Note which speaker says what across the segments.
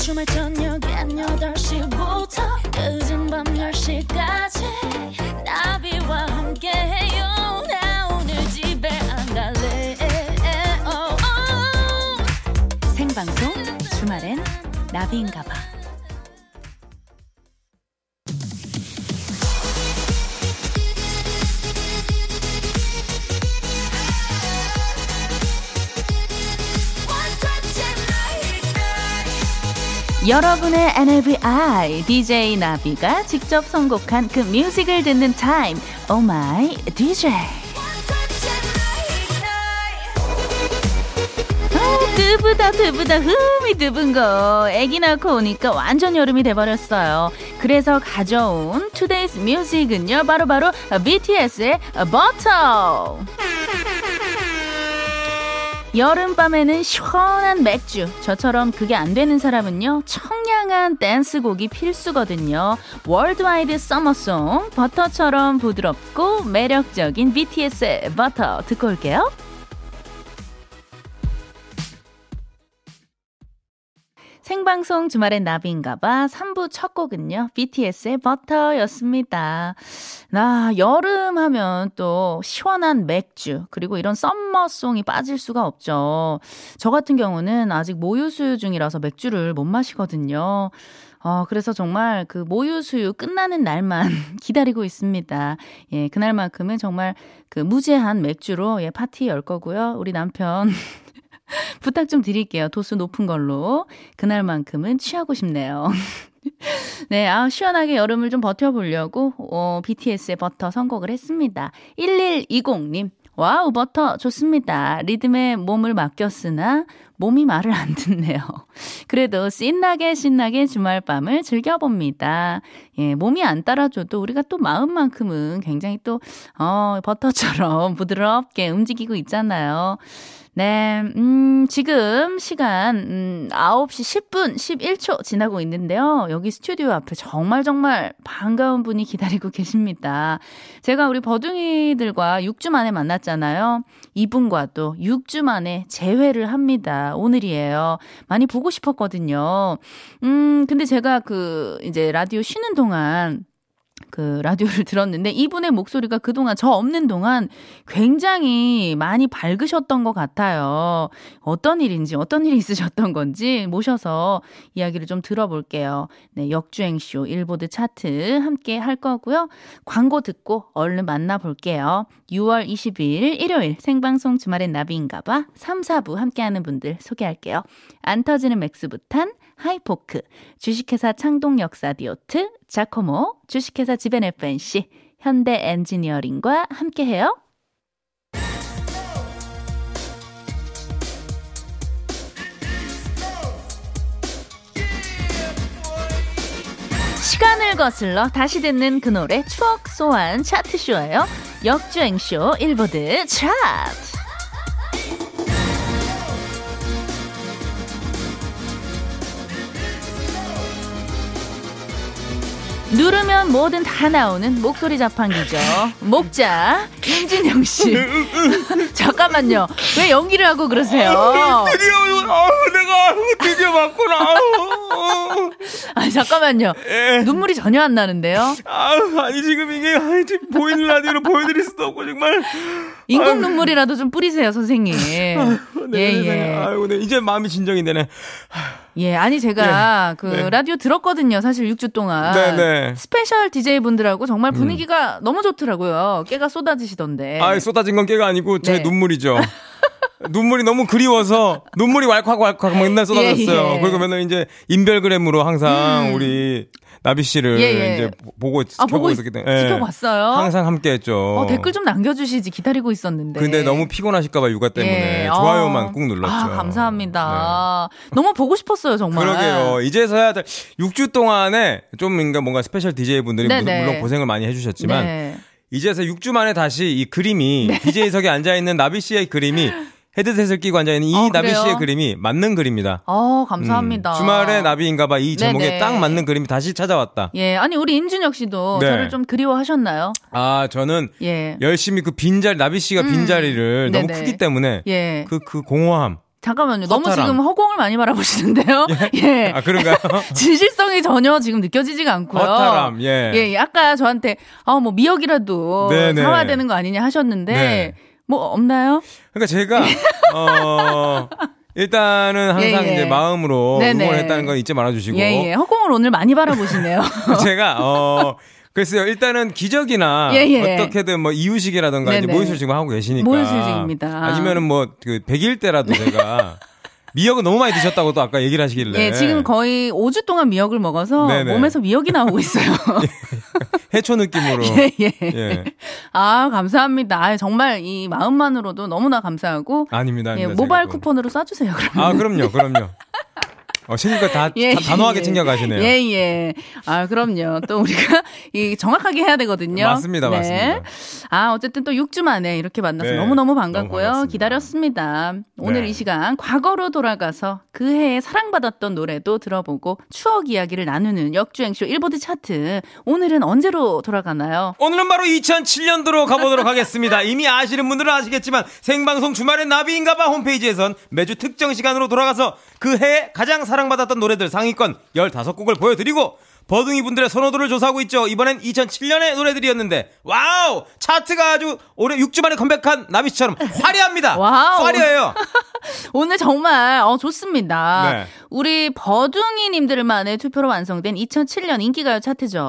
Speaker 1: 주말 저녁 8시부터 늦은 밤 10시까지 나비와 함께해요 나 오늘 집에 안 갈래 어, 어.
Speaker 2: 생방송 주말엔 나비인가봐. 여러분의 NAVI DJ 나비가 직접 선곡한 그 뮤직을 듣는 타임. Oh my DJ. 아, 드부다 드부다 흠이 드분 거 애기 낳고 오니까 완전 여름이 돼버렸어요 그래서 가져온 투데이스 뮤직은요 바로바로 BTS의 버터 여름밤에는 시원한 맥주. 저처럼 그게 안 되는 사람은요, 청량한 댄스곡이 필수거든요. 월드와이드 서머송, 버터처럼 부드럽고 매력적인 BTS의 버터 듣고 올게요. 생방송 주말엔 나비인가봐 3부 첫 곡은요 BTS의 버터였습니다. 나 여름 하면 또 시원한 맥주 그리고 이런 썸머송이 빠질 수가 없죠. 저 같은 경우는 아직 모유수유 중이라서 맥주를 못 마시거든요. 어, 그래서 정말 그 모유수유 끝나는 날만 기다리고 있습니다. 예, 그날만큼은 정말 그 무제한 맥주로 예, 파티 열 거고요. 우리 남편 부탁 좀 드릴게요. 도수 높은 걸로. 그날만큼은 취하고 싶네요. 네, 아, 시원하게 여름을 좀 버텨보려고, 어, BTS의 버터 선곡을 했습니다. 1120님. 와우, 버터 좋습니다. 리듬에 몸을 맡겼으나 몸이 말을 안 듣네요. 그래도 신나게 신나게 주말 밤을 즐겨봅니다. 예, 몸이 안 따라줘도 우리가 또 마음만큼은 굉장히 또, 어, 버터처럼 부드럽게 움직이고 있잖아요. 네, 음, 지금 시간, 음, 9시 10분 11초 지나고 있는데요. 여기 스튜디오 앞에 정말 정말 반가운 분이 기다리고 계십니다. 제가 우리 버둥이들과 6주 만에 만났잖아요. 이분과도 6주 만에 재회를 합니다. 오늘이에요. 많이 보고 싶었거든요. 음, 근데 제가 그, 이제 라디오 쉬는 동안 그 라디오를 들었는데 이분의 목소리가 그동안 저 없는 동안 굉장히 많이 밝으셨던 것 같아요. 어떤 일인지 어떤 일이 있으셨던 건지 모셔서 이야기를 좀 들어볼게요. 네, 역주행쇼 일보드 차트 함께 할 거고요. 광고 듣고 얼른 만나볼게요. 6월 22일 일요일 생방송 주말엔 나비인가봐 3, 4부 함께하는 분들 소개할게요. 안 터지는 맥스부탄 하이포크, 주식회사 창동역사 디오트, 자코모, 주식회사 지벤 FNC, 현대 엔지니어링과 함께해요. 시간을 거슬러 다시 듣는 그 노래 추억 소환 차트쇼예요. 역주행쇼 일보드 차트. 누르면 뭐든 다 나오는 목소리 자판기죠. 목자 임진영 씨. 잠깐만요. 왜 연기를 하고 그러세요?
Speaker 3: 드디어 아 내가 아유, 드디어 맞구나. 아유,
Speaker 2: 아 잠깐만요.
Speaker 3: 예.
Speaker 2: 눈물이 전혀 안 나는데요.
Speaker 3: 아유, 아니 지금 이게 아니 지금 보이는 라디오로 보여드릴 수도 없고 정말.
Speaker 2: 인공 눈물이라도 좀 뿌리세요, 선생님.
Speaker 3: 네,
Speaker 2: 예,
Speaker 3: 세상에.
Speaker 2: 예.
Speaker 3: 아이고, 네, 이제 마음이 진정이 되네.
Speaker 2: 예, 아니 제가 그
Speaker 3: 네.
Speaker 2: 라디오 들었거든요. 사실 6주 동안.
Speaker 3: 네, 네.
Speaker 2: 스페셜 DJ 분들하고 정말 분위기가 네. 너무 좋더라고요. 깨가 쏟아지시던데.
Speaker 3: 아, 쏟아진 건 깨가 아니고 제
Speaker 2: 네.
Speaker 3: 눈물이죠. 눈물이 너무 그리워서 눈물이 왈칵 왈칵 막 맨날 쏟아졌어요.
Speaker 2: 예, 예.
Speaker 3: 그리고 맨날 이제 인별그램으로 항상 우리 나비 씨를
Speaker 2: 음. 예, 예.
Speaker 3: 이제 보고
Speaker 2: 아,
Speaker 3: 지켜보고
Speaker 2: 보고 있-
Speaker 3: 있었기 때문에 예.
Speaker 2: 지켜봤어요.
Speaker 3: 항상 함께했죠.
Speaker 2: 어, 댓글 좀 남겨주시지 기다리고 있었는데.
Speaker 3: 근데 너무 피곤하실까봐 육아 때문에
Speaker 2: 네. 예,
Speaker 3: 좋아요만
Speaker 2: 어.
Speaker 3: 꾹 눌렀죠.
Speaker 2: 아, 감사합니다. 너무 보고 싶었어요,
Speaker 3: 네.
Speaker 2: 정말.
Speaker 3: 그러게요. 이제서야 6주 동안에 좀 뭔가, 뭔가 스페셜 DJ분들이
Speaker 2: 네, 네.
Speaker 3: 물론 고생을 많이 해주셨지만
Speaker 2: 네.
Speaker 3: 이제서 6주 만에 다시 이 그림이 DJ석에 앉아있는 나비 씨의 그림이 헤드셋을 끼고 앉아있는 이
Speaker 2: 어,
Speaker 3: 나비
Speaker 2: 그래요?
Speaker 3: 씨의 그림이 맞는 그림이다.
Speaker 2: 어,
Speaker 3: 음,
Speaker 2: 감사합니다.
Speaker 3: 주말에 나비인가봐 이 제목에
Speaker 2: 네, 네.
Speaker 3: 딱 맞는 그림이 다시 찾아왔다.
Speaker 2: 예, 아니 우리 임준혁 씨도
Speaker 3: 네.
Speaker 2: 저를 좀 그리워하셨나요?
Speaker 3: 아 저는
Speaker 2: 예.
Speaker 3: 열심히 그 빈자리 나비 씨가 빈자리를
Speaker 2: 네,
Speaker 3: 너무
Speaker 2: 네.
Speaker 3: 크기 때문에
Speaker 2: 예.
Speaker 3: 그 그 공허함
Speaker 4: 잠깐만요. 너무
Speaker 3: 허탈함.
Speaker 4: 지금 허공을 많이 바라보시는데요. 예.
Speaker 2: 네.
Speaker 3: 아, 그런가요?
Speaker 4: 진실성이 전혀 지금 느껴지지가 않고요.
Speaker 3: 허탈함, 예.
Speaker 4: 예, 아까 저한테 아, 뭐 미역이라도
Speaker 3: 네네.
Speaker 4: 사와야 되는 거 아니냐 하셨는데
Speaker 3: 네.
Speaker 4: 뭐 없나요?
Speaker 3: 그러니까 제가 어 일단은 항상
Speaker 4: 예, 예.
Speaker 3: 이제 마음으로
Speaker 4: 네네.
Speaker 3: 응원했다는 건 잊지 말아 주시고
Speaker 4: 예, 예. 허공을 오늘 많이 바라보시네요.
Speaker 3: 제가 어 글쎄요 일단은 기적이나
Speaker 4: 예, 예.
Speaker 3: 어떻게든 뭐 이유식이라든가 이제
Speaker 4: 네네.
Speaker 3: 모의술 지금 하고 계시니까
Speaker 4: 모의술 중입니다.
Speaker 3: 아니면은 뭐그 100일 때라도 제가 미역은 너무 많이 드셨다고 또 아까 얘기를 하시길래
Speaker 4: 예, 지금 거의 5주 동안 미역을 먹어서
Speaker 3: 네. 네네.
Speaker 4: 몸에서 미역이 나오고 있어요.
Speaker 3: 해초 느낌으로
Speaker 4: 예, 예.
Speaker 3: 예.
Speaker 4: 아, 감사합니다. 아, 정말 이 마음만으로도 너무나 감사하고
Speaker 3: 아닙니다.
Speaker 4: 예,
Speaker 3: 아닙니다.
Speaker 4: 모바일
Speaker 3: 제가 또.
Speaker 4: 쿠폰으로 쏴주세요. 그러면.
Speaker 3: 아 그럼요 그럼요. 어, 챙길 거다
Speaker 4: 예,
Speaker 3: 다 단호하게
Speaker 4: 예.
Speaker 3: 챙겨가시네요.
Speaker 4: 예, 예. 아, 그럼요. 또 우리가 이 정확하게 해야 되거든요. 네.
Speaker 3: 맞습니다, 맞습니다.
Speaker 4: 아, 어쨌든 또 6주 만에 이렇게 만나서
Speaker 3: 네,
Speaker 4: 너무너무 반갑고요.
Speaker 3: 너무 반갑습니다.
Speaker 4: 기다렸습니다. 오늘
Speaker 3: 네.
Speaker 4: 이 시간 과거로 돌아가서 그 해에 사랑받았던 노래도 들어보고 추억 이야기를 나누는 역주행쇼 일보드 차트. 오늘은 언제로 돌아가나요?
Speaker 3: 오늘은 바로 2007년도로 가보도록 하겠습니다. 이미 아시는 분들은 아시겠지만 생방송 주말의 나비인가봐 홈페이지에선 매주 특정 시간으로 돌아가서 그 해에 가장 사랑받았던 노래들 상위권 15곡을 보여드리고 버둥이 분들의 선호도를 조사하고 있죠. 이번엔 2007년의 노래들이었는데 와우 차트가 아주 올해 6주 만에 컴백한 나비 씨처럼 화려합니다.
Speaker 4: 와우.
Speaker 3: 화려해요.
Speaker 4: 오늘 정말 어 좋습니다.
Speaker 3: 네.
Speaker 4: 우리 버둥이님들만의 투표로 완성된 2007년 인기가요 차트죠.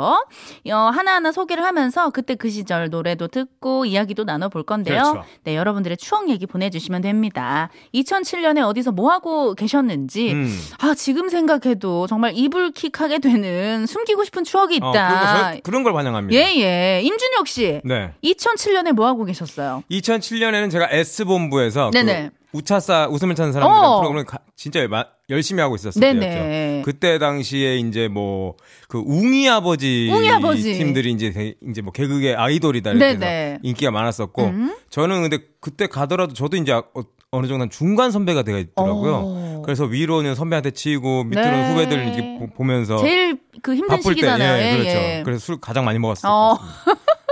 Speaker 4: 어, 하나하나 소개를 하면서 그때 그 시절 노래도 듣고 이야기도 나눠볼 건데요.
Speaker 3: 그렇죠.
Speaker 4: 네, 여러분들의 추억 얘기 보내주시면 됩니다. 2007년에 어디서 뭐 하고 계셨는지
Speaker 3: 음.
Speaker 4: 아 지금 생각해도 정말 이불킥하게 되는 숨기고 싶은 추억이
Speaker 3: 어, 그리고
Speaker 4: 있다.
Speaker 3: 저, 그런 걸 반영합니다.
Speaker 4: 예예, 임준혁 씨.
Speaker 3: 네.
Speaker 4: 2007년에 뭐 하고 계셨어요?
Speaker 3: 2007년에는 제가 S본부에서
Speaker 4: 네네.
Speaker 3: 그 우차싸 웃음을 찾는 사람들
Speaker 4: 어.
Speaker 3: 프로그램을 가- 진짜 마- 열심히 하고 있었을
Speaker 4: 네네.
Speaker 3: 때였죠. 그때 당시에 이제 뭐 그 웅이 아버지,
Speaker 4: 웅이 아버지.
Speaker 3: 팀들이 이제 되- 이제 뭐 개그계 아이돌이다 이렇게 해서
Speaker 4: 네네. 음.
Speaker 3: 인기가 많았었고 저는 근데 그때 가더라도 저도 이제 어, 어느 정도 한 중간 선배가 되어 있더라고요.
Speaker 4: 오.
Speaker 3: 그래서 위로는 선배한테 치고 밑으로는
Speaker 4: 네.
Speaker 3: 후배들 이렇게 보- 보면서
Speaker 4: 제일 그 힘든
Speaker 3: 어. 바쁠 때
Speaker 4: 시기잖아요.
Speaker 3: 예,
Speaker 4: 예,
Speaker 3: 그렇죠.
Speaker 4: 예.
Speaker 3: 그래서 술 가장 많이 먹었어요.
Speaker 4: 어.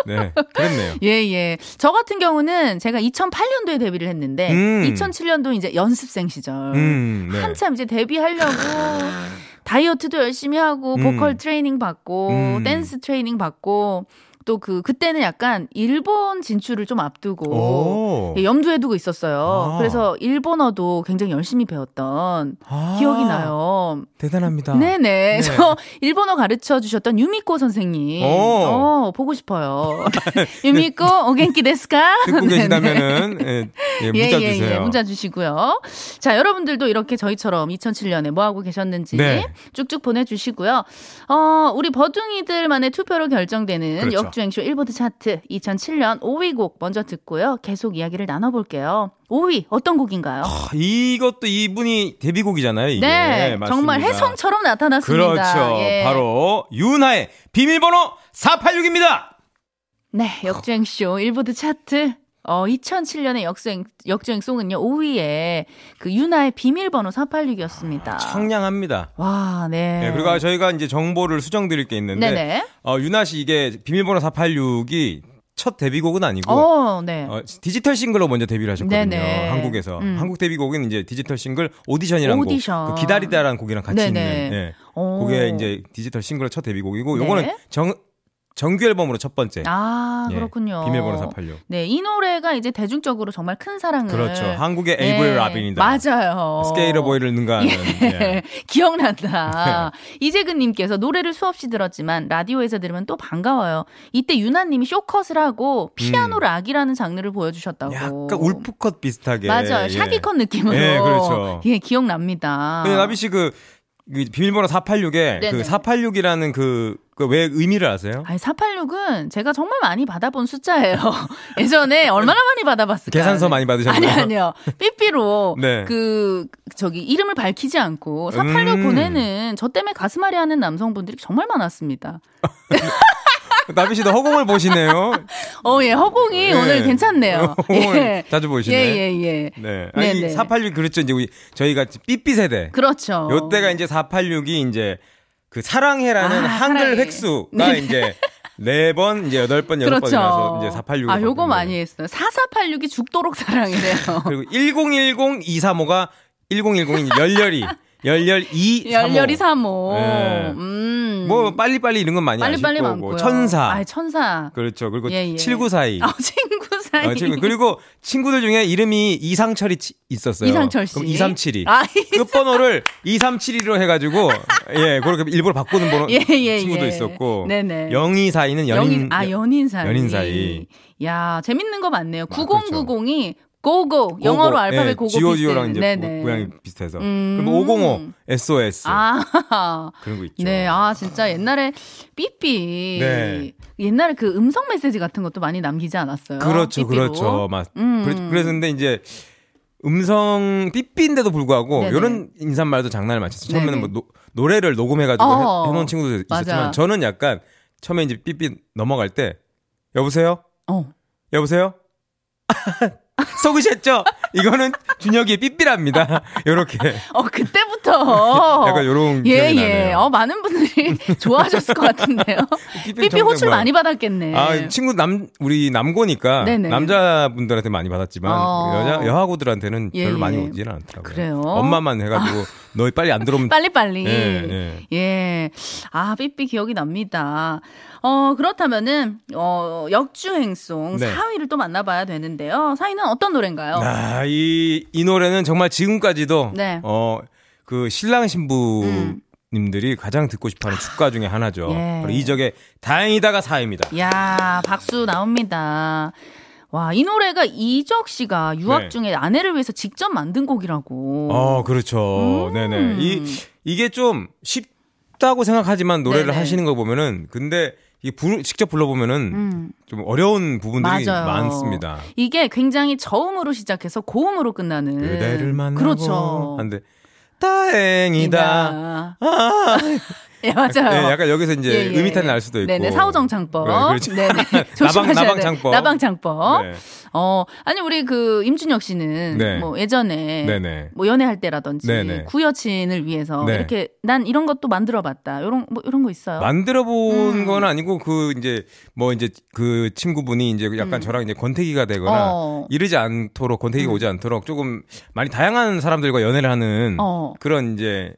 Speaker 3: 네, 그랬네요.
Speaker 4: 예, 예. 저 같은 경우는 제가 2008년도에 데뷔를 했는데,
Speaker 3: 음.
Speaker 4: 2007년도 이제 연습생 시절.
Speaker 3: 음, 네.
Speaker 4: 한참 이제 데뷔하려고 다이어트도 열심히 하고,
Speaker 3: 음.
Speaker 4: 보컬 트레이닝 받고,
Speaker 3: 음.
Speaker 4: 댄스 트레이닝 받고, 또 그, 그때는 약간 일본 진출을 좀 앞두고,
Speaker 3: 오.
Speaker 4: 예, 염두에 두고 있었어요.
Speaker 3: 아.
Speaker 4: 그래서 일본어도 굉장히 열심히 배웠던
Speaker 3: 아,
Speaker 4: 기억이 나요.
Speaker 3: 대단합니다.
Speaker 4: 네네. 저 일본어 가르쳐 주셨던 유미코 선생님.
Speaker 3: 오. 네.
Speaker 4: 어, 보고 싶어요. 유미코, 오겐키 네. 데스까?
Speaker 3: 듣고 계시다면은 예, 예, 문자 주세요.
Speaker 4: 문자 주시고요. 자, 여러분들도 이렇게 저희처럼 2007년에 뭐 하고 계셨는지
Speaker 3: 네.
Speaker 4: 쭉쭉 보내주시고요. 어, 우리 버둥이들만의 투표로 결정되는
Speaker 3: 그렇죠.
Speaker 4: 역주행쇼 일보드 차트 2007년 5위 곡 먼저 듣고요. 계속 이야기를 나눠볼게요. 5위 어떤 곡인가요?
Speaker 3: 아, 이것도 이분이 데뷔곡이잖아요. 이게.
Speaker 4: 네,
Speaker 3: 예, 맞습니다.
Speaker 4: 정말 혜성처럼 나타났습니다.
Speaker 3: 그렇죠.
Speaker 4: 예.
Speaker 3: 바로 윤하의 비밀번호 486입니다.
Speaker 4: 네, 역주행쇼 일보드 차트. 어, 2007년의 역주행, 역주행송은요, 5위에 그 유나의 비밀번호 486이었습니다.
Speaker 3: 아, 청량합니다.
Speaker 4: 와, 아. 네.
Speaker 3: 예, 그리고 저희가 이제 정보를 수정드릴 게 있는데
Speaker 4: 네네.
Speaker 3: 어, 윤하 씨 이게 비밀번호 486이 첫 데뷔곡은 아니고
Speaker 4: 어, 네.
Speaker 3: 뭐 어, 디지털 싱글로 먼저 데뷔를 하셨거든요.
Speaker 4: 네네.
Speaker 3: 한국에서
Speaker 4: 음.
Speaker 3: 한국 데뷔곡은 이제 디지털 싱글 오디션이라는
Speaker 4: 오디션.
Speaker 3: 곡, 그 기다리다라는 곡이랑 같이
Speaker 4: 네네.
Speaker 3: 있는 예.
Speaker 4: 오.
Speaker 3: 그게 이제 디지털 싱글 첫 데뷔곡이고
Speaker 4: 네.
Speaker 3: 요거는 정 정규 앨범으로 첫 번째
Speaker 4: 아,
Speaker 3: 예,
Speaker 4: 그렇군요.
Speaker 3: 비밀번호 486.
Speaker 4: 네, 이 노래가 이제 대중적으로 정말 큰 사랑을.
Speaker 3: 그렇죠. 한국의 에이블 라빈이다.
Speaker 4: 네. 맞아요.
Speaker 3: 스케일러 보이를 능가하는 예.
Speaker 4: 기억난다. 네,
Speaker 3: 네.
Speaker 4: 이재근님께서 노래를 수없이 들었지만 라디오에서 들으면 또 반가워요. 이때 유나님이 쇼컷을 하고 피아노 락이라는 장르를 보여주셨다고.
Speaker 3: 음. 약간 울프컷 비슷하게
Speaker 4: 맞아요.
Speaker 3: 예.
Speaker 4: 샤기컷 느낌으로.
Speaker 3: 예, 그렇죠.
Speaker 4: 예, 기억납니다.
Speaker 3: 근데 나비 씨그 그 비밀번호 486에
Speaker 4: 네네.
Speaker 3: 그 486이라는 그 왜 의미를 아세요?
Speaker 4: 아니, 486은 제가 정말 많이 받아본 숫자예요. 예전에 얼마나 많이 받아봤을까요?
Speaker 3: 계산서 많이 받으셨나요?
Speaker 4: 아니, 아니요. 삐삐로
Speaker 3: 네.
Speaker 4: 그, 저기, 이름을 밝히지 않고 486
Speaker 3: 음.
Speaker 4: 보내는 저 때문에 가슴 아리 하는 남성분들이 정말 많았습니다.
Speaker 3: 나비 씨도 허공을 보시네요.
Speaker 4: 어, 예, 허공이
Speaker 3: 예.
Speaker 4: 오늘 괜찮네요.
Speaker 3: 허공을 자주 보시네.
Speaker 4: 예, 예, 예.
Speaker 3: 네.
Speaker 4: 네네.
Speaker 3: 아니 486 그렇죠. 이제 우리 저희가 삐삐 세대.
Speaker 4: 그렇죠.
Speaker 3: 요때가 이제 486이 이제 그 사랑해라는
Speaker 4: 아,
Speaker 3: 한글
Speaker 4: 사랑해.
Speaker 3: 획수가 이제 네 번, 이제 여덟 번, 여덟
Speaker 4: 그렇죠.
Speaker 3: 번이라서 이제 486. 이
Speaker 4: 아, 요거
Speaker 3: 바뀌는
Speaker 4: 많이
Speaker 3: 거예요.
Speaker 4: 했어요. 4486이 죽도록 사랑이래요.
Speaker 3: 그리고 1010235가 1010이 열렬히 열렬이
Speaker 4: 열렬히 삼호.
Speaker 3: 네.
Speaker 4: 음.
Speaker 3: 그 뭐 빨리빨리 이런 건 많이
Speaker 4: 빨리빨리
Speaker 3: 아실 거고 뭐
Speaker 4: 많고요.
Speaker 3: 천사
Speaker 4: 아, 천사.
Speaker 3: 그렇죠. 그리고
Speaker 4: 예, 예.
Speaker 3: 7942.
Speaker 4: 아, 친구 사이.
Speaker 3: 어, 친구. 그리고 친구들 중에 이름이 이상철이 치- 있었어요.
Speaker 4: 이상철 씨.
Speaker 3: 그럼 237이.
Speaker 4: 아,
Speaker 3: 그 끝번호를 2372로 해가지고 예 그렇게 일부러 바꾸는 번호
Speaker 4: 예, 예,
Speaker 3: 친구도
Speaker 4: 예.
Speaker 3: 있었고
Speaker 4: 네네.
Speaker 3: 0242는 연인 예,
Speaker 4: 연인, 아, 연인 사이.
Speaker 3: 연인 사이.
Speaker 4: 야, 재밌는 거 많네요.
Speaker 3: 아, 그렇죠.
Speaker 4: 9090이 고고. 영어로 알파벳 고고.
Speaker 3: GOG랑 예, 이제
Speaker 4: 네네.
Speaker 3: 고양이 비슷해서
Speaker 4: 음.
Speaker 3: 그럼 505 SOS
Speaker 4: 아,
Speaker 3: 그런 거 있죠.
Speaker 4: 네, 아 진짜 옛날에 삐삐
Speaker 3: 네.
Speaker 4: 옛날에 그 음성 메시지 같은 것도 많이 남기지 않았어요.
Speaker 3: 그렇죠,
Speaker 4: 삐삐로.
Speaker 3: 그렇죠. 막
Speaker 4: 음.
Speaker 3: 그래- 그랬는데 이제 음성 삐삐인데도 불구하고
Speaker 4: 네네.
Speaker 3: 이런 인사말도 장난을 맞췄어요. 처음에는
Speaker 4: 네네.
Speaker 3: 뭐 노, 노래를 녹음해가지고
Speaker 4: 어.
Speaker 3: 해, 해놓은 친구도 있었지만
Speaker 4: 맞아.
Speaker 3: 저는 약간 처음에 이제 삐삐 넘어갈 때 여보세요,
Speaker 4: 어,
Speaker 3: 여보세요. 속으셨죠? 이거는 준혁이의 삐삐랍니다. 요렇게
Speaker 4: 어 그때부터
Speaker 3: 약간 요런
Speaker 4: 예,
Speaker 3: 기억이
Speaker 4: 예.
Speaker 3: 나네요.
Speaker 4: 어, 많은 분들이 좋아하셨을 것 같은데요. 삐삐 호출 많이 받았겠네.
Speaker 3: 뭐 아, 친구 남 우리 남고니까
Speaker 4: 네네.
Speaker 3: 남자분들한테 많이 받았지만 그
Speaker 4: 어.
Speaker 3: 여자 여하고들한테는
Speaker 4: 예,
Speaker 3: 별로
Speaker 4: 예.
Speaker 3: 많이 오지는 않더라고요.
Speaker 4: 그래요? 아,
Speaker 3: 엄마만 해가지고 너희 빨리 안 들어오면
Speaker 4: 빨리빨리.
Speaker 3: 예,
Speaker 4: 예. 아, 삐삐 기억이 납니다. 어, 그렇다면은, 어, 역주행송
Speaker 3: 네.
Speaker 4: 4위를 또 만나봐야 되는데요. 4위는 어떤 노래인가요?
Speaker 3: 아, 이, 이 노래는 정말 지금까지도
Speaker 4: 네.
Speaker 3: 어, 그 신랑 신부님들이 가장 듣고 싶어하는 축가 중에 하나죠.
Speaker 4: 음. 아, 예.
Speaker 3: 바로 이적의 다행이다가 사입니다.
Speaker 4: 야 박수 나옵니다. 와, 이 노래가 이적 씨가 유학
Speaker 3: 네.
Speaker 4: 중에 아내를 위해서 직접 만든 곡이라고.
Speaker 3: 어,
Speaker 4: 음.
Speaker 3: 그렇죠. 네네. 이, 이게 좀 쉽다고 생각하지만 노래를
Speaker 4: 네네.
Speaker 3: 하시는 거 보면은, 근데 이게 부르- 직접 불러보면은
Speaker 4: 음.
Speaker 3: 좀 어려운 부분들이
Speaker 4: 맞아요.
Speaker 3: 많습니다.
Speaker 4: 이게 굉장히 저음으로 시작해서 고음으로 끝나는.
Speaker 3: 그대를 만나고
Speaker 4: 네. 그렇죠.
Speaker 3: 한데 다행이다.
Speaker 4: 이다.
Speaker 3: 아,
Speaker 4: 예, 맞아요.
Speaker 3: 예, 약간 여기서 이제
Speaker 4: 예, 예.
Speaker 3: 음이탄이 날 수도 있고.
Speaker 4: 네네, 사오정창법.
Speaker 3: 네, 그렇죠.
Speaker 4: 네네. 조심하셔야
Speaker 3: 나방-
Speaker 4: 돼요.
Speaker 3: 나방창법.
Speaker 4: 나방창법.
Speaker 3: 네.
Speaker 4: 어, 아니, 우리 그 임준혁 씨는
Speaker 3: 네.
Speaker 4: 뭐 예전에
Speaker 3: 네네.
Speaker 4: 뭐 연애할 때라든지
Speaker 3: 네네.
Speaker 4: 구여친을 위해서
Speaker 3: 네.
Speaker 4: 이렇게 난 이런 것도 만들어 봤다. 요런 뭐 이런 거 있어요? 음.
Speaker 3: 만들어 본 건 아니고 그 이제 뭐 이제 그 친구분이 이제 약간 저랑 이제 권태기가 되거나
Speaker 4: 음. 어. 음.
Speaker 3: 이러지 않도록 권태기가 오지 않도록 조금 많이 다양한 사람들과 연애를 하는
Speaker 4: 어.
Speaker 3: 그런 이제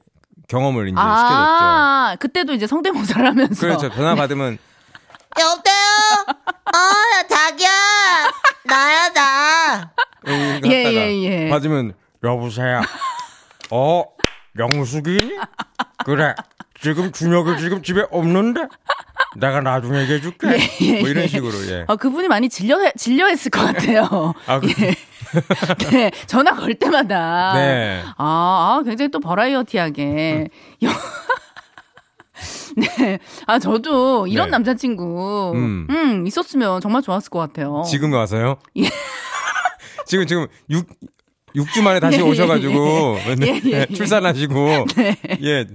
Speaker 3: 경험을 이제
Speaker 4: 아, 그때도 이제 성대모사를 하면서.
Speaker 3: 시켜줬죠. 그렇죠. 전화
Speaker 5: 어.
Speaker 3: 받으면
Speaker 5: 네. 여보세요? 아, 자기야. 나야, 나.
Speaker 3: 여기
Speaker 4: 예,
Speaker 3: 갔다가
Speaker 4: 예, 예.
Speaker 3: 그러니까 받으면 여보세요. 어 영숙이 그래 지금 준혁이 지금 집에 없는데 내가 나중에 얘기해줄게.
Speaker 4: 예,
Speaker 3: 뭐
Speaker 4: 예.
Speaker 3: 이런 식으로 예.
Speaker 4: 아, 그분이 많이 질려, 질려했을 것 같아요.
Speaker 3: 아, 그-
Speaker 4: 예. 네, 전화 걸 때마다.
Speaker 3: 네.
Speaker 4: 아, 아, 굉장히 또 버라이어티하게. 여- 네. 아, 저도 이런
Speaker 3: 네.
Speaker 4: 남자친구,
Speaker 3: 음.
Speaker 4: 음. 있었으면 정말 좋았을 것 같아요.
Speaker 3: 지금 와서요?
Speaker 4: 예.
Speaker 3: 지금 지금 육 6주 만에 다시
Speaker 4: 예, 예,
Speaker 3: 오셔가지고 네,
Speaker 4: 예, 예.
Speaker 3: 출산하시고 예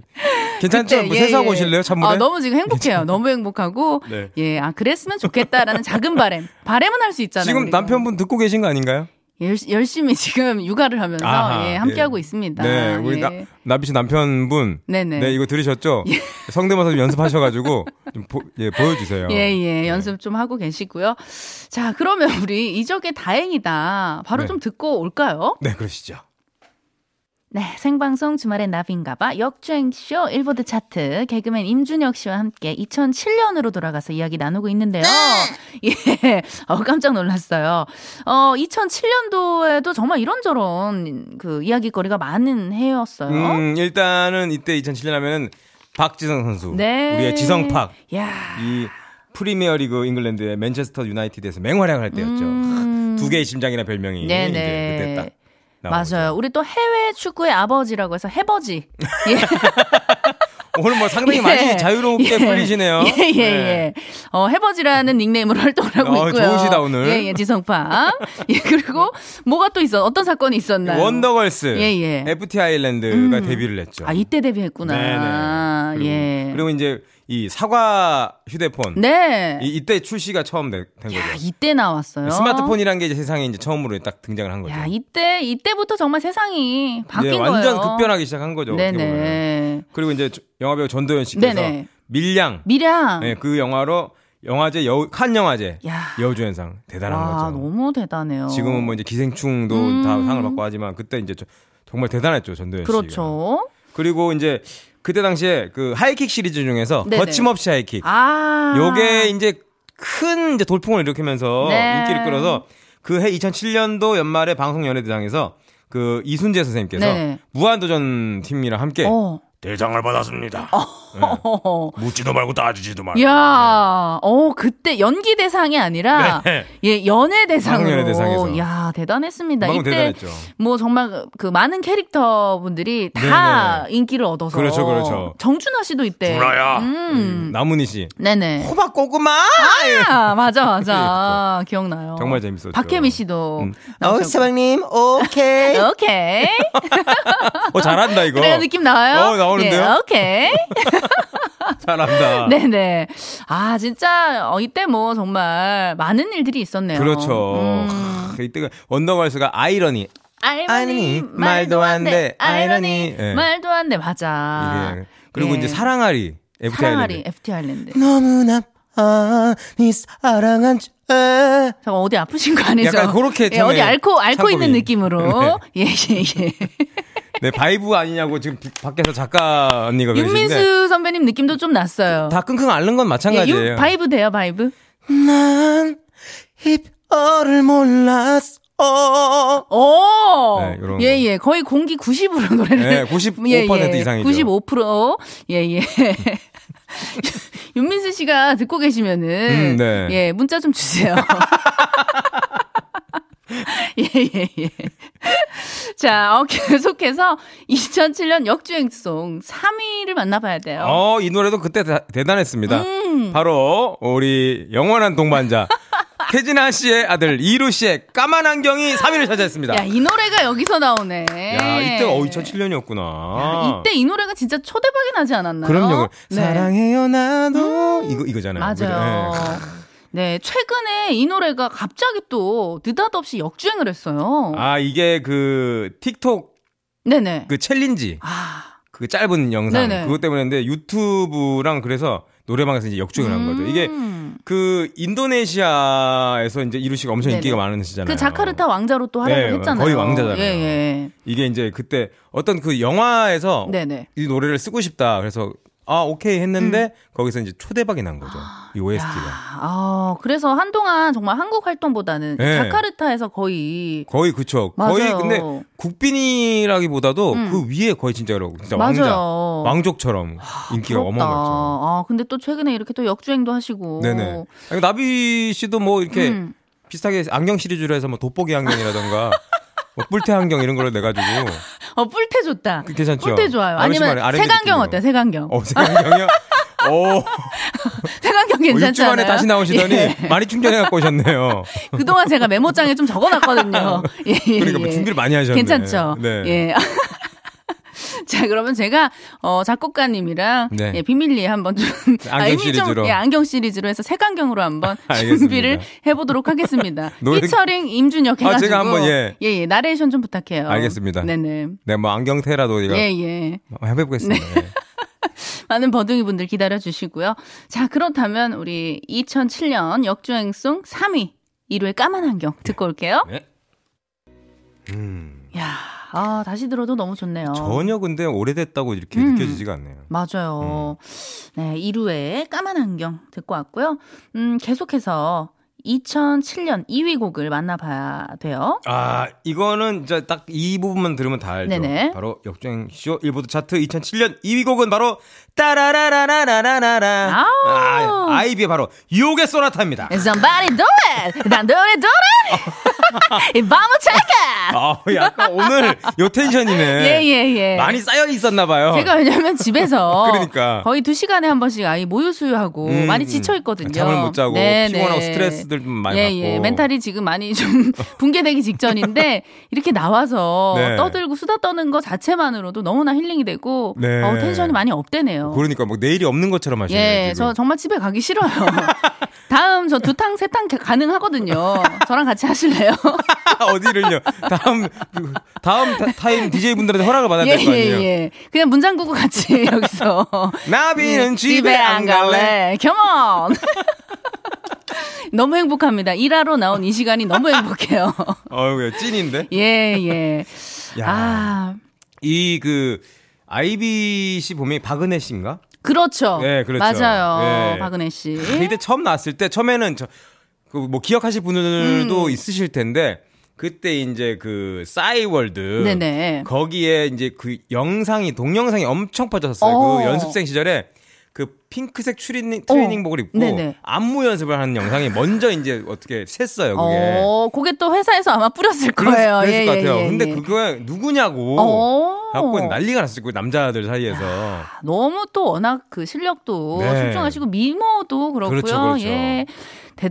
Speaker 3: 괜찮죠?
Speaker 4: 그때,
Speaker 3: 뭐
Speaker 4: 예,
Speaker 3: 세수하고
Speaker 4: 예.
Speaker 3: 오실래요? 찬물에?
Speaker 4: 아, 너무 지금 행복해요. 너무 행복하고.
Speaker 3: 네.
Speaker 4: 예, 아, 그랬으면 좋겠다라는 작은 바램. 바램은 할 수 있잖아요.
Speaker 3: 지금
Speaker 4: 우리가.
Speaker 3: 남편분 듣고 계신 거 아닌가요?
Speaker 4: 열, 열심히 지금 육아를 하면서
Speaker 3: 아하,
Speaker 4: 예, 함께하고
Speaker 3: 예.
Speaker 4: 있습니다.
Speaker 3: 네, 우리
Speaker 4: 예.
Speaker 3: 나, 나비 씨 남편분.
Speaker 4: 네네. 예.
Speaker 3: 네, 이거 들으셨죠? 성대모사 좀 연습하셔가지고 좀 보, 예, 보여주세요.
Speaker 4: 예,
Speaker 3: 네.
Speaker 4: 예. 연습 좀 하고 계시고요. 자, 그러면 우리 이적의 다행이다. 바로
Speaker 3: 네.
Speaker 4: 좀 듣고 올까요?
Speaker 3: 네, 그러시죠.
Speaker 4: 네, 생방송 주말엔 나비인가봐 역주행쇼 일보드 차트 개그맨 임준혁 씨와 함께 2007년으로 돌아가서 이야기 나누고 있는데요.
Speaker 3: 네!
Speaker 4: 예, 어, 깜짝 놀랐어요. 어, 2007년도에도 정말 이런저런 그 이야기거리가 많은 해였어요.
Speaker 3: 음, 일단은 이때 2007년 하면은 박지성 선수.
Speaker 4: 네,
Speaker 3: 우리의 지성팍.
Speaker 4: 야,
Speaker 3: 이 프리미어리그 잉글랜드의 맨체스터 유나이티드에서 맹활약할 때였죠.
Speaker 4: 음.
Speaker 3: 두 개의 심장이나 별명이
Speaker 4: 네네.
Speaker 3: 이제 그때 딱 나온
Speaker 4: 맞아요. 우리 또 해외 축구의 아버지라고 해서 해버지. 예.
Speaker 3: 거죠. 오늘 뭐 상당히
Speaker 4: 예.
Speaker 3: 많이 자유롭게
Speaker 4: 예.
Speaker 3: 풀리시네요.
Speaker 4: 예, 예,
Speaker 3: 네.
Speaker 4: 예. 어, 해버지라는 닉네임으로 활동을 하고
Speaker 3: 어,
Speaker 4: 있고요.
Speaker 3: 좋으시다, 오늘.
Speaker 4: 예, 예, 지성팜. 예, 그리고 뭐가 또 있어? 어떤 사건이 있었나요?
Speaker 3: 원더걸스,
Speaker 4: 예, 예.
Speaker 3: FT 아일랜드가 데뷔를 했죠.
Speaker 4: 아, 이때 데뷔했구나.
Speaker 3: 네, 네네. 그리고,
Speaker 4: 예.
Speaker 3: 그리고 이제 이 사과 휴대폰.
Speaker 4: 네.
Speaker 3: 이, 이때 출시가 처음 된, 된 거죠.
Speaker 4: 야, 이때 나왔어요.
Speaker 3: 스마트폰이란 게 이제 세상에 이제 처음으로 딱 등장을 한 거죠.
Speaker 4: 야, 이때 이때부터 정말 세상이 바뀐
Speaker 3: 이제
Speaker 4: 거예요.
Speaker 3: 완전 급변하기 시작한 거죠. 어떻게 보면은.
Speaker 4: 네네.
Speaker 3: 그리고 이제 조- 영화배우 전도연 씨께서
Speaker 4: 네네.
Speaker 3: 밀양
Speaker 4: 미량.
Speaker 3: 네, 그 영화로 영화제 여우 칸 영화제
Speaker 4: 야.
Speaker 3: 여우주연상 대단한
Speaker 4: 와,
Speaker 3: 거죠. 뭐
Speaker 4: 너무 대단해요.
Speaker 3: 지금은 뭐 이제 기생충도 다 상을 받고 하지만 그때 이제 저- 정말 대단했죠 전도연 씨가.
Speaker 4: 음. 그렇죠.
Speaker 3: 그리고 이제 그때 당시에 그 하이킥 시리즈 중에서
Speaker 4: 네네.
Speaker 3: 거침없이 하이킥.
Speaker 4: 아.
Speaker 3: 요게 이제 큰 이제 돌풍을 일으키면서
Speaker 4: 네.
Speaker 3: 인기를 끌어서 그 해 2007년도 연말에 방송 연예대상에서 그 이순재 선생님께서
Speaker 4: 네네.
Speaker 3: 무한도전 팀이랑 함께
Speaker 4: 어.
Speaker 6: 대상을 받았습니다.
Speaker 3: 네.
Speaker 4: 어.
Speaker 6: 묻지도 말고 따지지도 말고.
Speaker 4: 야, 어 그때 연기 대상이 아니라
Speaker 3: 네.
Speaker 4: 예 연애 대상으로.
Speaker 3: 연애 대상에서.
Speaker 4: 야 대단했습니다.
Speaker 3: 그만큼
Speaker 4: 이때
Speaker 3: 대단했죠.
Speaker 4: 뭐 정말 그 많은 캐릭터 분들이 다 인기를 얻어서.
Speaker 3: 네, 그렇죠, 그렇죠.
Speaker 4: 정준하 씨도 이때.
Speaker 6: 누나야.
Speaker 4: 음.
Speaker 3: 나문희 씨
Speaker 4: 네네.
Speaker 3: 호박 고구마
Speaker 4: 아, 맞아, 맞아. 기억나요.
Speaker 3: 정말 재밌었죠.
Speaker 4: 박혜미 씨도.
Speaker 3: 음.
Speaker 4: 나오셨고.
Speaker 5: 사방님 오케이.
Speaker 4: 오케이.
Speaker 3: 어 잘한다 이거
Speaker 4: 그래요, 네, 느낌 나와요?
Speaker 3: 어, 나오는데요?
Speaker 4: 예, 오케이.
Speaker 3: 잘한다
Speaker 4: 네네. 아, 진짜, 어, 이때 뭐 정말 많은 일들이 있었네요.
Speaker 3: 그렇죠
Speaker 4: 음.
Speaker 3: 크, 이때가 원더걸스가 아이러니 아이러니,
Speaker 4: 아이러니,
Speaker 3: 말도 안 돼. 아이러니. 예.
Speaker 4: 말도 안 돼, 맞아.
Speaker 3: 이게. 그리고
Speaker 4: 예.
Speaker 3: 이제 사랑아리 FT
Speaker 4: 사랑아리,
Speaker 3: 아일랜드
Speaker 4: FT 아일랜드.
Speaker 5: 너무나 아, 네 사랑한 죄.
Speaker 4: 잠깐 어디 아프신 거 아니죠?
Speaker 3: 약간 그렇게
Speaker 4: 예, 어디
Speaker 3: 처음에
Speaker 4: 앓고 앓고 있는
Speaker 3: 참고민.
Speaker 4: 느낌으로 예예 예.
Speaker 3: 네 바이브 아니냐고 지금 비- 밖에서 작가 언니가 계신데
Speaker 4: 윤민수 선배님 느낌도 좀 났어요.
Speaker 3: 다 끙끙 앓는 건
Speaker 4: 예,
Speaker 3: 마찬가지예요.
Speaker 4: 유- 바이브 돼요 바이브?
Speaker 5: 난 입어를 몰랐어.
Speaker 4: 오!
Speaker 3: 네, 요런
Speaker 4: 예, 예. 거의 공기 90으로
Speaker 3: 네,
Speaker 4: 노래를. 예,
Speaker 3: 95% 이상이죠.
Speaker 4: 95%. 예, 예. 윤민수 씨가 듣고 계시면은.
Speaker 3: 음, 네.
Speaker 4: 예, 문자 좀 주세요. 예, 예, 예. 자, 어, 계속해서 2007년 역주행송 3위를 만나봐야 돼요. 음.
Speaker 3: 어, 이 노래도 그때 다- 대단했습니다. 바로 우리 영원한 동반자 태진아 씨의 아들 이루 씨의 까만 안경이 3위를 차지했습니다.
Speaker 4: 야, 이 노래가 여기서 나오네.
Speaker 3: 야, 이때가 어, 2007년이었구나.
Speaker 4: 이때 이 노래가 진짜 초대박이 나지 않았나요?
Speaker 3: 그럼요.
Speaker 4: 네.
Speaker 3: 사랑해요 나도 이거 이거잖아요. 그죠?
Speaker 4: 맞아요.
Speaker 3: 예.
Speaker 4: 네, 최근에 이 노래가 갑자기 또 느닷없이 역주행을 했어요.
Speaker 3: 아 이게 그 틱톡
Speaker 4: 네네.
Speaker 3: 그 챌린지
Speaker 4: 아,
Speaker 3: 그 짧은 영상
Speaker 4: 네네.
Speaker 3: 그것 때문인데 유튜브랑 그래서 노래방에서 이제 역주행을 한 거죠. 이게
Speaker 4: 음.
Speaker 3: 그 인도네시아에서 이제 이루 씨가 엄청
Speaker 4: 네네.
Speaker 3: 인기가 많으시잖아요.
Speaker 4: 그 자카르타 왕자로 또 활약을
Speaker 3: 네,
Speaker 4: 했잖아요.
Speaker 3: 거의 왕자잖아요.
Speaker 4: 예, 예.
Speaker 3: 이게 이제 그때 어떤 그 영화에서
Speaker 4: 네네.
Speaker 3: 이 노래를 쓰고 싶다. 그래서 아 오케이 했는데
Speaker 4: 음.
Speaker 3: 거기서 이제 초대박이 난 거죠. 이 OST가
Speaker 4: 아, 그래서 한동안 정말 한국 활동보다는
Speaker 3: 네.
Speaker 4: 자카르타에서 거의
Speaker 3: 거의 그쵸. 거의
Speaker 4: 맞아요.
Speaker 3: 근데 국빈이라기보다도
Speaker 4: 음.
Speaker 3: 그 위에 거의 진짜로 진짜 왕자
Speaker 4: 맞아요.
Speaker 3: 왕족처럼 인기가
Speaker 4: 부럽다.
Speaker 3: 어마어마했죠.
Speaker 4: 아, 근데 또 최근에 이렇게 또 역주행도 하시고.
Speaker 3: 네네. 아니, 그 나비 씨도 뭐 이렇게
Speaker 4: 음.
Speaker 3: 비슷하게 안경 시리즈로 해서 뭐 돋보기 안경이라던가 뭐 뿔테 안경 이런 걸로 내가지고
Speaker 4: 어, 뿔테 좋다.
Speaker 3: 그 괜찮죠?
Speaker 4: 뿔테 좋아요.
Speaker 3: 아저씨
Speaker 4: 아니면
Speaker 3: 말에 R&B
Speaker 4: 색안경
Speaker 3: 느낌으로.
Speaker 4: 어때요? 색안경.
Speaker 3: 어, 새 안경이요? 오,
Speaker 4: 색안경
Speaker 3: 6주 만에
Speaker 4: 괜찮잖아요.
Speaker 3: 어, 다시 나오시더니
Speaker 4: 예.
Speaker 3: 많이 충전해 갖고 오셨네요.
Speaker 4: 그동안 제가 메모장에 좀 적어놨거든요. 예, 예,
Speaker 3: 그러니까 뭐
Speaker 4: 예.
Speaker 3: 준비를 많이 하셨네.
Speaker 4: 괜찮죠?
Speaker 3: 네.
Speaker 4: 예. 자, 그러면 제가, 어, 작곡가님이랑,
Speaker 3: 네.
Speaker 4: 예, 비밀리에 한번 좀,
Speaker 3: 안경
Speaker 4: 이미 좀,
Speaker 3: 시리즈로.
Speaker 4: 예, 안경 시리즈로 해서 색안경으로 한번
Speaker 3: 알겠습니다.
Speaker 4: 준비를 해보도록 하겠습니다.
Speaker 3: 노래-
Speaker 4: 피처링 임준혁
Speaker 3: 아,
Speaker 4: 해가지고.
Speaker 3: 제가 한번, 예.
Speaker 4: 예, 예, 나레이션 좀 부탁해요.
Speaker 3: 알겠습니다.
Speaker 4: 네네.
Speaker 3: 네, 뭐 안경테라도
Speaker 4: 예,
Speaker 3: 이거
Speaker 4: 예.
Speaker 3: 해보겠습니다. 예.
Speaker 4: 많은 버둥이 분들 기다려 주시고요. 자, 그렇다면 우리 2007년 역주행송 3위 1호의 까만 안경 듣고 올게요.
Speaker 3: 네. 음,
Speaker 4: 야, 아, 다시 들어도 너무 좋네요.
Speaker 3: 전혀 근데 오래됐다고 이렇게
Speaker 4: 음.
Speaker 3: 느껴지지가 않네요.
Speaker 4: 맞아요. 네, 1호의 까만 안경 듣고 왔고요. 음, 계속해서 2007년 2위 곡을 만나봐야 돼요.
Speaker 3: 아, 이거는 이제 딱 이 부분만 들으면 다 알죠.
Speaker 4: 네네.
Speaker 3: 바로 역주행 쇼 일보드 차트 2007년 2위 곡은 바로 따라라라라라라라라.
Speaker 4: 아우.
Speaker 3: 아, 아이비의 바로 유혹의 소나타입니다.
Speaker 4: 네. Somebody do it! 난 do it, do it! Vamos check it!
Speaker 3: 아, 약간 오늘 요 텐션이네.
Speaker 4: 예, 예, 예.
Speaker 3: 많이 쌓여 있었나 봐요.
Speaker 4: 제가 왜냐면 집에서
Speaker 3: 어. 그러니까.
Speaker 4: 거의 두 시간에 한 번씩 아이 모유 수유하고
Speaker 3: 음,
Speaker 4: 많이 지쳐 있거든요. 네,
Speaker 3: 잠을 못 자고 피곤하고 스트레스들 좀 많이
Speaker 4: 예,
Speaker 3: 받고.
Speaker 4: 예. 멘탈이 지금 많이 좀 붕괴되기 직전인데 이렇게 나와서
Speaker 3: 네.
Speaker 4: 떠들고 수다 떠는 거 자체만으로도 너무나 힐링이 되고
Speaker 3: 네.
Speaker 4: 어, 텐션이 많이 업되네요.
Speaker 3: 그러니까 뭐 내일이 없는 것처럼 하시네요.
Speaker 4: 예,
Speaker 3: 지금.
Speaker 4: 저 정말 집에 가기 싫어요. 다음 저 두 탕, 세 탕 가능하거든요. 저랑 같이 하실래요?
Speaker 3: 어디를요? 다음 다음 타- 타임 DJ 분들한테 허락을 받아야 네, 될 거 아니에요.
Speaker 4: 예, 그냥 문 잠그고 같이 여기서 음,
Speaker 3: 나비는 집에 안 갈래.
Speaker 4: 겸원. 너무 행복합니다. 일하러 나온 이 시간이 너무 행복해요.
Speaker 3: 어우, 야, 찐인데.
Speaker 4: 예, 예.
Speaker 3: 야.
Speaker 4: 아,
Speaker 3: 이 그 아이비 씨 보면 박은혜 씨인가?
Speaker 4: 그렇죠.
Speaker 3: 네, 그렇죠.
Speaker 4: 맞아요.
Speaker 3: 네.
Speaker 4: 박은혜 씨.
Speaker 3: 그때 처음 나왔을 때 처음에는 그 저뭐 기억하실
Speaker 4: 음.
Speaker 3: 분들도 있으실 텐데 그때 이제 그 싸이월드
Speaker 4: 네네.
Speaker 3: 거기에 이제 그 영상이 동영상이 엄청 퍼졌었어요.
Speaker 4: 어.
Speaker 3: 그 연습생 시절에 그 핑크색 추리닝 트레이닝복을 입고
Speaker 4: 네네.
Speaker 3: 안무 연습을 하는 영상이 먼저 이제 어떻게 샜어요, 그게.
Speaker 4: 어, 그게 또 회사에서 아마 뿌렸을
Speaker 3: 그랬-
Speaker 4: 거예요.
Speaker 3: 그랬을
Speaker 4: 예,
Speaker 3: 것
Speaker 4: 예,
Speaker 3: 같아요.
Speaker 4: 예,
Speaker 3: 근데
Speaker 4: 예.
Speaker 3: 그거 누구냐고.
Speaker 4: 어. 아.
Speaker 3: 갖고 난리가 났을 거예요, 그 남자들 사이에서.
Speaker 4: 너무 또 워낙 그 실력도
Speaker 3: 네.
Speaker 4: 출중하시고 미모도 그렇고요.
Speaker 3: 그렇죠, 그렇죠.
Speaker 4: 예.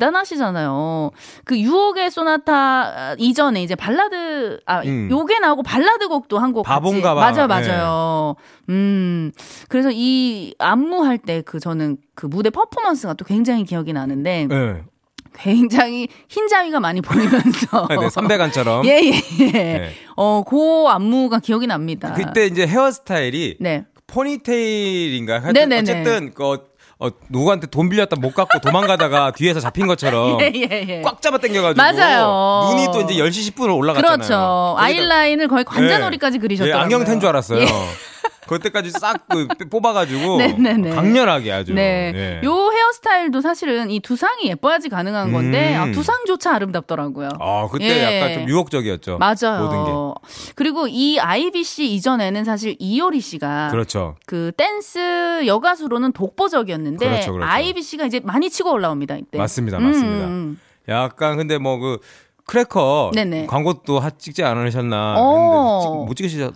Speaker 4: 대단하시잖아요. 그 유혹의 소나타 이전에 이제 발라드 아
Speaker 3: 음.
Speaker 4: 요게 나오고 발라드 곡도 한 곡 같이
Speaker 3: 바본가 봐. 네.
Speaker 4: 맞아요, 맞아요. 음. 그래서 이 안무할 때 그 저는 그 무대 퍼포먼스가 또 굉장히 기억이 나는데
Speaker 3: 네.
Speaker 4: 굉장히 흰자위가 많이 보이면서
Speaker 3: 네, 삼대간처럼.
Speaker 4: 예, 예, 예.
Speaker 3: 네.
Speaker 4: 어, 그 안무가 기억이 납니다.
Speaker 3: 그때 이제 헤어스타일이
Speaker 4: 네.
Speaker 3: 포니테일인가? 하여튼
Speaker 4: 네네네.
Speaker 3: 어쨌든 그 어, 어, 누구한테 돈 빌렸다 못 갚고 도망가다가 뒤에서 잡힌 것처럼
Speaker 4: 예, 예, 예.
Speaker 3: 꽉 잡아 당겨가지고
Speaker 4: 맞아요.
Speaker 3: 눈이 또 이제 10시 10분으로 올라갔잖아요.
Speaker 4: 그렇죠.
Speaker 3: 거기다-
Speaker 4: 아이라인을 거의 관자놀이까지
Speaker 3: 예.
Speaker 4: 그리셨더라고요.
Speaker 3: 예, 안경 탠 줄 알았어요.
Speaker 4: 예.
Speaker 3: 그때까지 싹 그, 뽑아가지고
Speaker 4: 네네네.
Speaker 3: 강렬하게 아주.
Speaker 4: 네.
Speaker 3: 예.
Speaker 4: 요 헤어스타일도 사실은 이 두상이 예뻐야지 가능한 건데
Speaker 3: 음.
Speaker 4: 아, 두상조차 아름답더라고요.
Speaker 3: 아 그때
Speaker 4: 예.
Speaker 3: 약간 좀 유혹적이었죠.
Speaker 4: 맞아요.
Speaker 3: 모든 게
Speaker 4: 그리고 이 아이비 씨 이전에는 사실 이효리 씨가
Speaker 3: 그렇죠.
Speaker 4: 그 댄스 여가수로는 독보적이었는데
Speaker 3: 그렇죠, 그렇죠.
Speaker 4: 아이비 씨가 이제 많이 치고 올라옵니다 이때.
Speaker 3: 맞습니다,
Speaker 4: 음,
Speaker 3: 맞습니다.
Speaker 4: 음.
Speaker 3: 약간 근데 뭐 그 크래커
Speaker 4: 네네.
Speaker 3: 광고도 하- 찍지 않으셨나
Speaker 4: 어.
Speaker 3: 했는데 뭐 찍- 못 찍으시죠?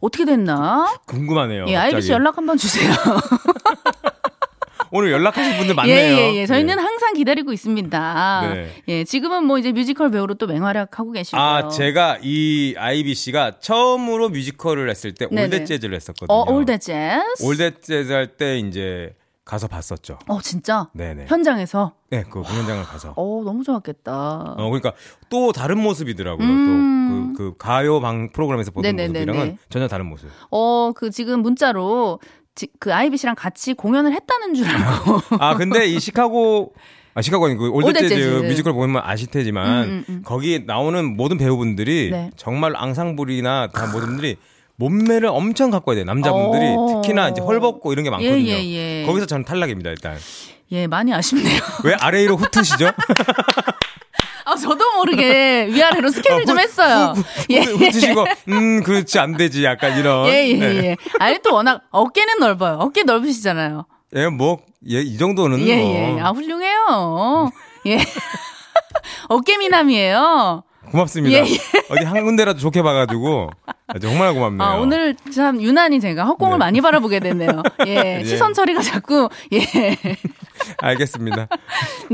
Speaker 4: 어떻게 됐나?
Speaker 3: 궁금하네요.
Speaker 4: 예, 아이비 씨
Speaker 3: 갑자기.
Speaker 4: 연락 한번 주세요.
Speaker 3: 오늘 연락하신 분들 많네요.
Speaker 4: 예, 예, 예. 저희는
Speaker 3: 네.
Speaker 4: 항상 기다리고 있습니다.
Speaker 3: 네.
Speaker 4: 예, 지금은 뭐 이제 뮤지컬 배우로 또 맹활약하고 계시고요.
Speaker 3: 아 제가 이 아이비 씨가 처음으로 뮤지컬을 했을 때
Speaker 4: 네네.
Speaker 3: 올댓 재즈를 했었거든요.
Speaker 4: 어, 올드 재즈.
Speaker 3: 올댓 재즈 할 때 이제 가서 봤었죠.
Speaker 4: 어, 진짜?
Speaker 3: 네네.
Speaker 4: 현장에서.
Speaker 3: 네, 그 공연장을 가서.
Speaker 4: 어, 너무 좋았겠다.
Speaker 3: 어, 그러니까 또 다른 모습이더라고요.
Speaker 4: 음.
Speaker 3: 또 그 가요 방 프로그램에서 보던
Speaker 4: 네네네네.
Speaker 3: 모습이랑은 전혀 다른 모습.
Speaker 4: 어, 그 지금 문자로 지- 그 아이비 씨랑 같이 공연을 했다는 줄 알고.
Speaker 3: 아 근데 이 시카고 아 시카고 아니고 올댓
Speaker 4: 올댓
Speaker 3: 재즈,
Speaker 4: 재즈.
Speaker 3: 뮤지컬 보면 아실 테지만
Speaker 4: 음, 음, 음.
Speaker 3: 거기 나오는 모든 배우분들이
Speaker 4: 네.
Speaker 3: 정말 앙상블이나 다 모든 분들이 몸매를 엄청 갖고 해야 돼 남자분들이
Speaker 4: 오.
Speaker 3: 특히나 이제 헐벗고 이런 게 많거든요.
Speaker 4: 어. 예, 예, 예.
Speaker 3: 거기서 저는 탈락입니다 일단.
Speaker 4: 예, 많이 아쉽네요.
Speaker 3: 왜 아래로 훑으시죠?
Speaker 4: 아, 저도 모르게 위아래로 스캔을 좀 했어요. 예, 예.
Speaker 3: 훑으시고 음 그렇지 안 되지 약간 이런.
Speaker 4: 예, 예,
Speaker 3: 네.
Speaker 4: 예. 아니, 또 워낙 어깨는 넓어요. 어깨 넓으시잖아요.
Speaker 3: 예, 뭐, 예, 이 정도는
Speaker 4: 예,
Speaker 3: 뭐.
Speaker 4: 예. 아, 훌륭해요. 예. 어깨 미남이에요.
Speaker 3: 고맙습니다.
Speaker 4: 예, 예.
Speaker 3: 어디 한 군데라도 좋게 봐가지고. 아, 정말 고맙네요.
Speaker 4: 아, 오늘 참 유난히 제가 헛공을
Speaker 3: 네.
Speaker 4: 많이 바라보게 됐네요. 예.
Speaker 3: 예.
Speaker 4: 시선 처리가 자꾸, 예.
Speaker 3: 알겠습니다.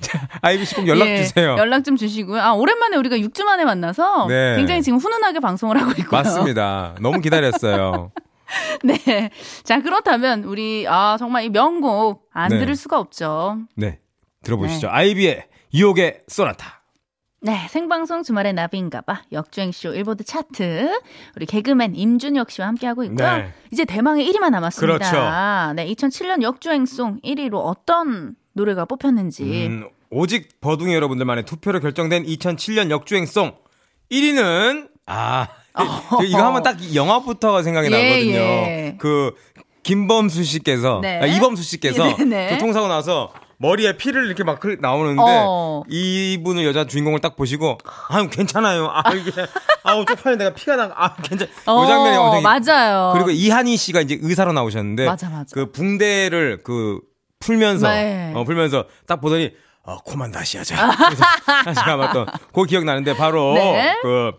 Speaker 3: 자, 아이비 씨 꼭 네. 연락주세요.
Speaker 4: 예, 연락 좀 주시고요. 아, 오랜만에 우리가 6주 만에 만나서
Speaker 3: 네.
Speaker 4: 굉장히 지금 훈훈하게 방송을 하고 있고요.
Speaker 3: 맞습니다. 너무 기다렸어요.
Speaker 4: 네. 자, 그렇다면 우리, 아, 정말 이 명곡 안
Speaker 3: 네.
Speaker 4: 들을 수가 없죠.
Speaker 3: 네. 들어보시죠. 아이비의 유혹의 소나타.
Speaker 4: 네, 생방송 주말의 나비인가봐 역주행쇼 일보드 차트 우리 개그맨 임준혁 씨와 함께하고 있고요.
Speaker 3: 네.
Speaker 4: 이제 대망의 1위만 남았습니다.
Speaker 3: 그렇죠.
Speaker 4: 네, 2007년 역주행송 1위로 어떤 노래가 뽑혔는지
Speaker 3: 음, 오직 버둥이 여러분들만의 투표로 결정된 2007년 역주행송 1위는 아 이거 하면 딱 이 영화부터가 생각이
Speaker 4: 어. 예,
Speaker 3: 나거든요.
Speaker 4: 예.
Speaker 3: 그 김범수 씨께서
Speaker 4: 네.
Speaker 3: 아, 이범수 씨께서 그
Speaker 4: 네, 네.
Speaker 3: 교통사고 나서 머리에 피를 이렇게 막 흘- 나오는데
Speaker 4: 어.
Speaker 3: 이분을 여자 주인공을 딱 보시고 아 괜찮아요. 아 이게 아우 쪽팔려 내가 피가 나. 아 괜찮. 요 장면이
Speaker 4: 어,
Speaker 3: 엄청
Speaker 4: 맞아요.
Speaker 3: 그리고 이한희 씨가 이제 의사로 나오셨는데
Speaker 4: 맞아, 맞아.
Speaker 3: 그 붕대를 그 풀면서
Speaker 4: 네.
Speaker 3: 어, 풀면서 딱 보더니 아, 코만 다시 하자. 그래서 다시 감았던 그 기억 나는데 바로
Speaker 4: 네.
Speaker 3: 그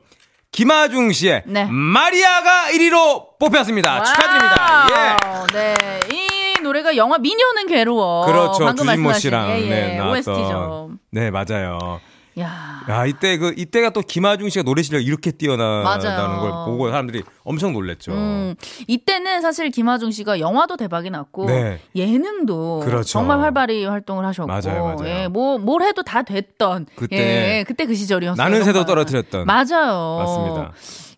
Speaker 3: 김아중 씨의
Speaker 4: 네.
Speaker 3: 마리아가 1위로 뽑혔습니다. 축하드립니다. 아, 예.
Speaker 4: 와우. 네, 이 노래가 영화 미녀는 괴로워.
Speaker 3: 그렇죠.
Speaker 4: 어,
Speaker 3: 주진모
Speaker 4: 방금 말씀하신
Speaker 3: 씨랑
Speaker 4: 예, 예,
Speaker 3: 네,
Speaker 4: OST죠.
Speaker 3: 나왔던. 네, 맞아요.
Speaker 4: 야.
Speaker 3: 야, 이때 그 이때가 또 김아중 씨가 노래 실력 이렇게 뛰어나다는
Speaker 4: 맞아요.
Speaker 3: 걸 보고 사람들이 엄청 놀랬죠.
Speaker 4: 음, 이때는 사실 김하중 씨가 영화도 대박이 났고
Speaker 3: 네.
Speaker 4: 예능도
Speaker 3: 그렇죠.
Speaker 4: 정말 활발히 활동을 하셨고
Speaker 3: 맞아요, 맞아요.
Speaker 4: 예, 뭐, 뭘 해도 다 됐던
Speaker 3: 그때
Speaker 4: 예, 그때 그 시절이었어요.
Speaker 3: 나는 새도
Speaker 4: 정말.
Speaker 3: 떨어뜨렸던.
Speaker 4: 맞아요.
Speaker 3: 맞습니다.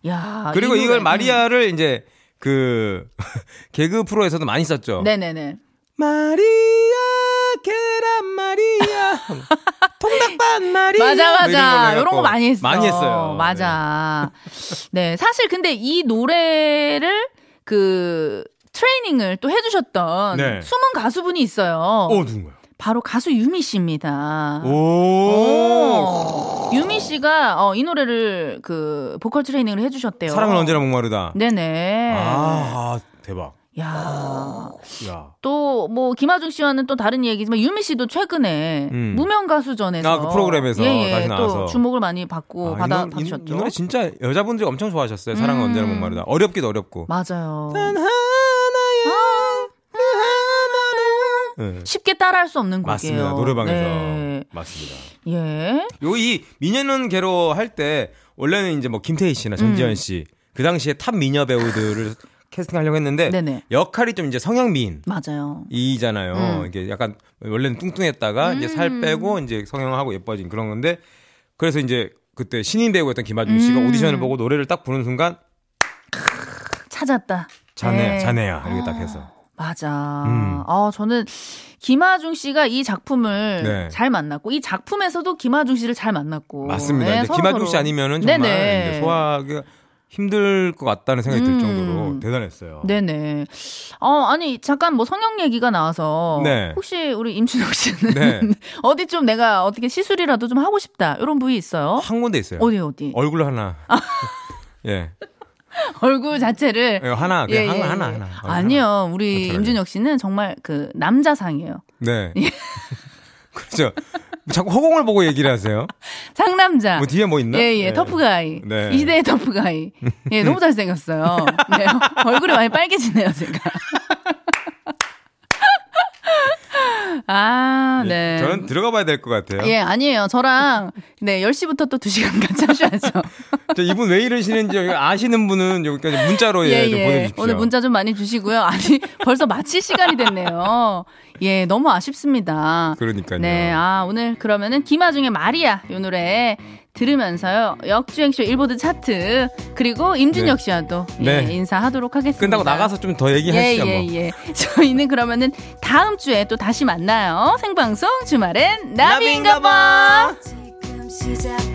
Speaker 4: 야,
Speaker 3: 그리고
Speaker 4: 이
Speaker 3: 이걸
Speaker 4: 노래는-
Speaker 3: 마리아를 이제
Speaker 4: 음, 네.
Speaker 3: 그 개그 프로에서도 많이 썼죠.
Speaker 4: 네네네.
Speaker 5: 마리아 계란 말이야. 통닭밥 말이야.
Speaker 3: 뭐 이런
Speaker 4: 맞아
Speaker 3: 걸로
Speaker 4: 맞아 이런 거
Speaker 3: 해갖고
Speaker 4: 많이 했어
Speaker 3: 많이 했어요.
Speaker 4: 맞아 네 사실 근데 이 노래를 그 트레이닝을 또 해주셨던
Speaker 3: 네.
Speaker 4: 숨은 가수분이 있어요
Speaker 3: 어, 누군가요?
Speaker 4: 바로 가수 유미 씨입니다
Speaker 3: 오.
Speaker 4: 오. 유미 씨가 어, 이 노래를 그 보컬 트레이닝을 해주셨대요
Speaker 3: 사랑은 언제나 목마르다.
Speaker 4: 네네
Speaker 3: 아, 아, 대박.
Speaker 4: 야
Speaker 3: 야.
Speaker 4: 또 뭐 김하중 씨와는 또 다른 얘기지만 유미 씨도 최근에
Speaker 3: 음.
Speaker 4: 무명 가수전에서
Speaker 3: 아, 그 프로그램에서
Speaker 4: 예, 예,
Speaker 3: 다시 나와서.
Speaker 4: 또 주목을 많이 받고
Speaker 3: 아,
Speaker 4: 받아
Speaker 3: 이 노- 이,
Speaker 4: 받으셨죠.
Speaker 3: 이 노래 진짜 여자분들이 엄청 좋아하셨어요. 사랑은
Speaker 4: 음.
Speaker 3: 언제나 목마르다. 어렵기도 어렵고.
Speaker 4: 맞아요. 아.
Speaker 5: 하나야.
Speaker 3: 그 네.
Speaker 4: 쉽게 따라할 수 없는 곡이에요.
Speaker 3: 맞습니다. 노래방에서.
Speaker 4: 네.
Speaker 3: 맞습니다.
Speaker 4: 예.
Speaker 3: 요 이 미녀는 괴로 할 때 원래는 이제 뭐 김태희 씨나
Speaker 4: 음.
Speaker 3: 전지현 씨 그 당시에 탑 미녀 배우들을 캐스팅하려고 했는데
Speaker 4: 네네.
Speaker 3: 역할이 좀 이제 성향 미인
Speaker 4: 맞아요.
Speaker 3: 이잖아요.
Speaker 4: 음.
Speaker 3: 이게 약간 원래는 뚱뚱했다가 이제 살 빼고 이제 성형하고 예뻐진 그런 건데 그래서 이제 그때 신인 배우였던 김아중 씨가
Speaker 4: 음.
Speaker 3: 오디션을 보고 노래를 딱 부르는 순간
Speaker 4: 찾았다.
Speaker 3: 자네
Speaker 4: 네.
Speaker 3: 자네야 이렇게 딱 해서
Speaker 4: 맞아.
Speaker 3: 음.
Speaker 4: 아, 저는 김하중 씨가 이 작품을
Speaker 3: 네.
Speaker 4: 잘 만났고 이 작품에서도 김하중 씨를 잘 만났고.
Speaker 3: 맞습니다.
Speaker 4: 네,
Speaker 3: 근데
Speaker 4: 서로
Speaker 3: 김아중 씨
Speaker 4: 서로.
Speaker 3: 아니면은 정말
Speaker 4: 네네.
Speaker 3: 이제 소화하기 힘들 것 같다는 생각이 들
Speaker 4: 음.
Speaker 3: 정도로 대단했어요.
Speaker 4: 네네. 어, 아니, 잠깐 뭐 성형 얘기가 나와서.
Speaker 3: 네.
Speaker 4: 혹시 우리 임준혁 씨는.
Speaker 3: 네.
Speaker 4: 어디 좀 내가 어떻게 시술이라도 좀 하고 싶다. 이런 부위 있어요?
Speaker 3: 한 군데 있어요.
Speaker 4: 어디, 아. 어디?
Speaker 3: 얼굴 하나. 예.
Speaker 4: 얼굴 자체를.
Speaker 3: 예, 하나, 그냥
Speaker 4: 예,
Speaker 3: 하나,
Speaker 4: 예,
Speaker 3: 하나,
Speaker 4: 예.
Speaker 3: 하나. 얼굴 하나.
Speaker 4: 아니요. 우리
Speaker 3: 어떡하라고요?
Speaker 4: 임준혁 씨는 정말 그 남자상이에요.
Speaker 3: 네.
Speaker 4: 예.
Speaker 3: 그렇죠. 자꾸 허공을 보고 얘기를 하세요.
Speaker 4: 상남자.
Speaker 3: 뭐 뒤에 뭐 있나?
Speaker 4: 예, 예,
Speaker 3: 네.
Speaker 4: 터프가이.
Speaker 3: 네.
Speaker 4: 이 시대의 터프가이. 예, 너무 잘생겼어요. 네. 얼굴이 많이 빨개지네요, 제가. 아,
Speaker 3: 예,
Speaker 4: 네.
Speaker 3: 저는 들어가 봐야 될 것 같아요.
Speaker 4: 예, 아니에요. 저랑 네, 10시부터 또 2시간까지 하셔야죠.
Speaker 3: 저 이분 왜 이러시는지 여기 아시는 분은 여기까지 문자로 예,
Speaker 4: 예,
Speaker 3: 좀
Speaker 4: 예.
Speaker 3: 보내주십시오.
Speaker 4: 오늘 문자 좀 많이 주시고요. 아니, 벌써 마칠 시간이 됐네요. 예, 너무 아쉽습니다.
Speaker 3: 그러니까요.
Speaker 4: 네, 아, 오늘 그러면은 김아중의 마리아 요 노래 들으면서요. 역주행쇼 일보드 차트 그리고 임준혁 씨와도 예,
Speaker 3: 네.
Speaker 4: 인사하도록 하겠습니다.
Speaker 3: 끝나고 나가서 좀 더
Speaker 4: 예,
Speaker 3: 얘기하시죠.
Speaker 4: 예,
Speaker 3: 뭐.
Speaker 4: 예. 저희는 그러면은 다음 주에 또 다시 만나요. 생방송 주말엔 나비인가봐.
Speaker 2: 지금 시작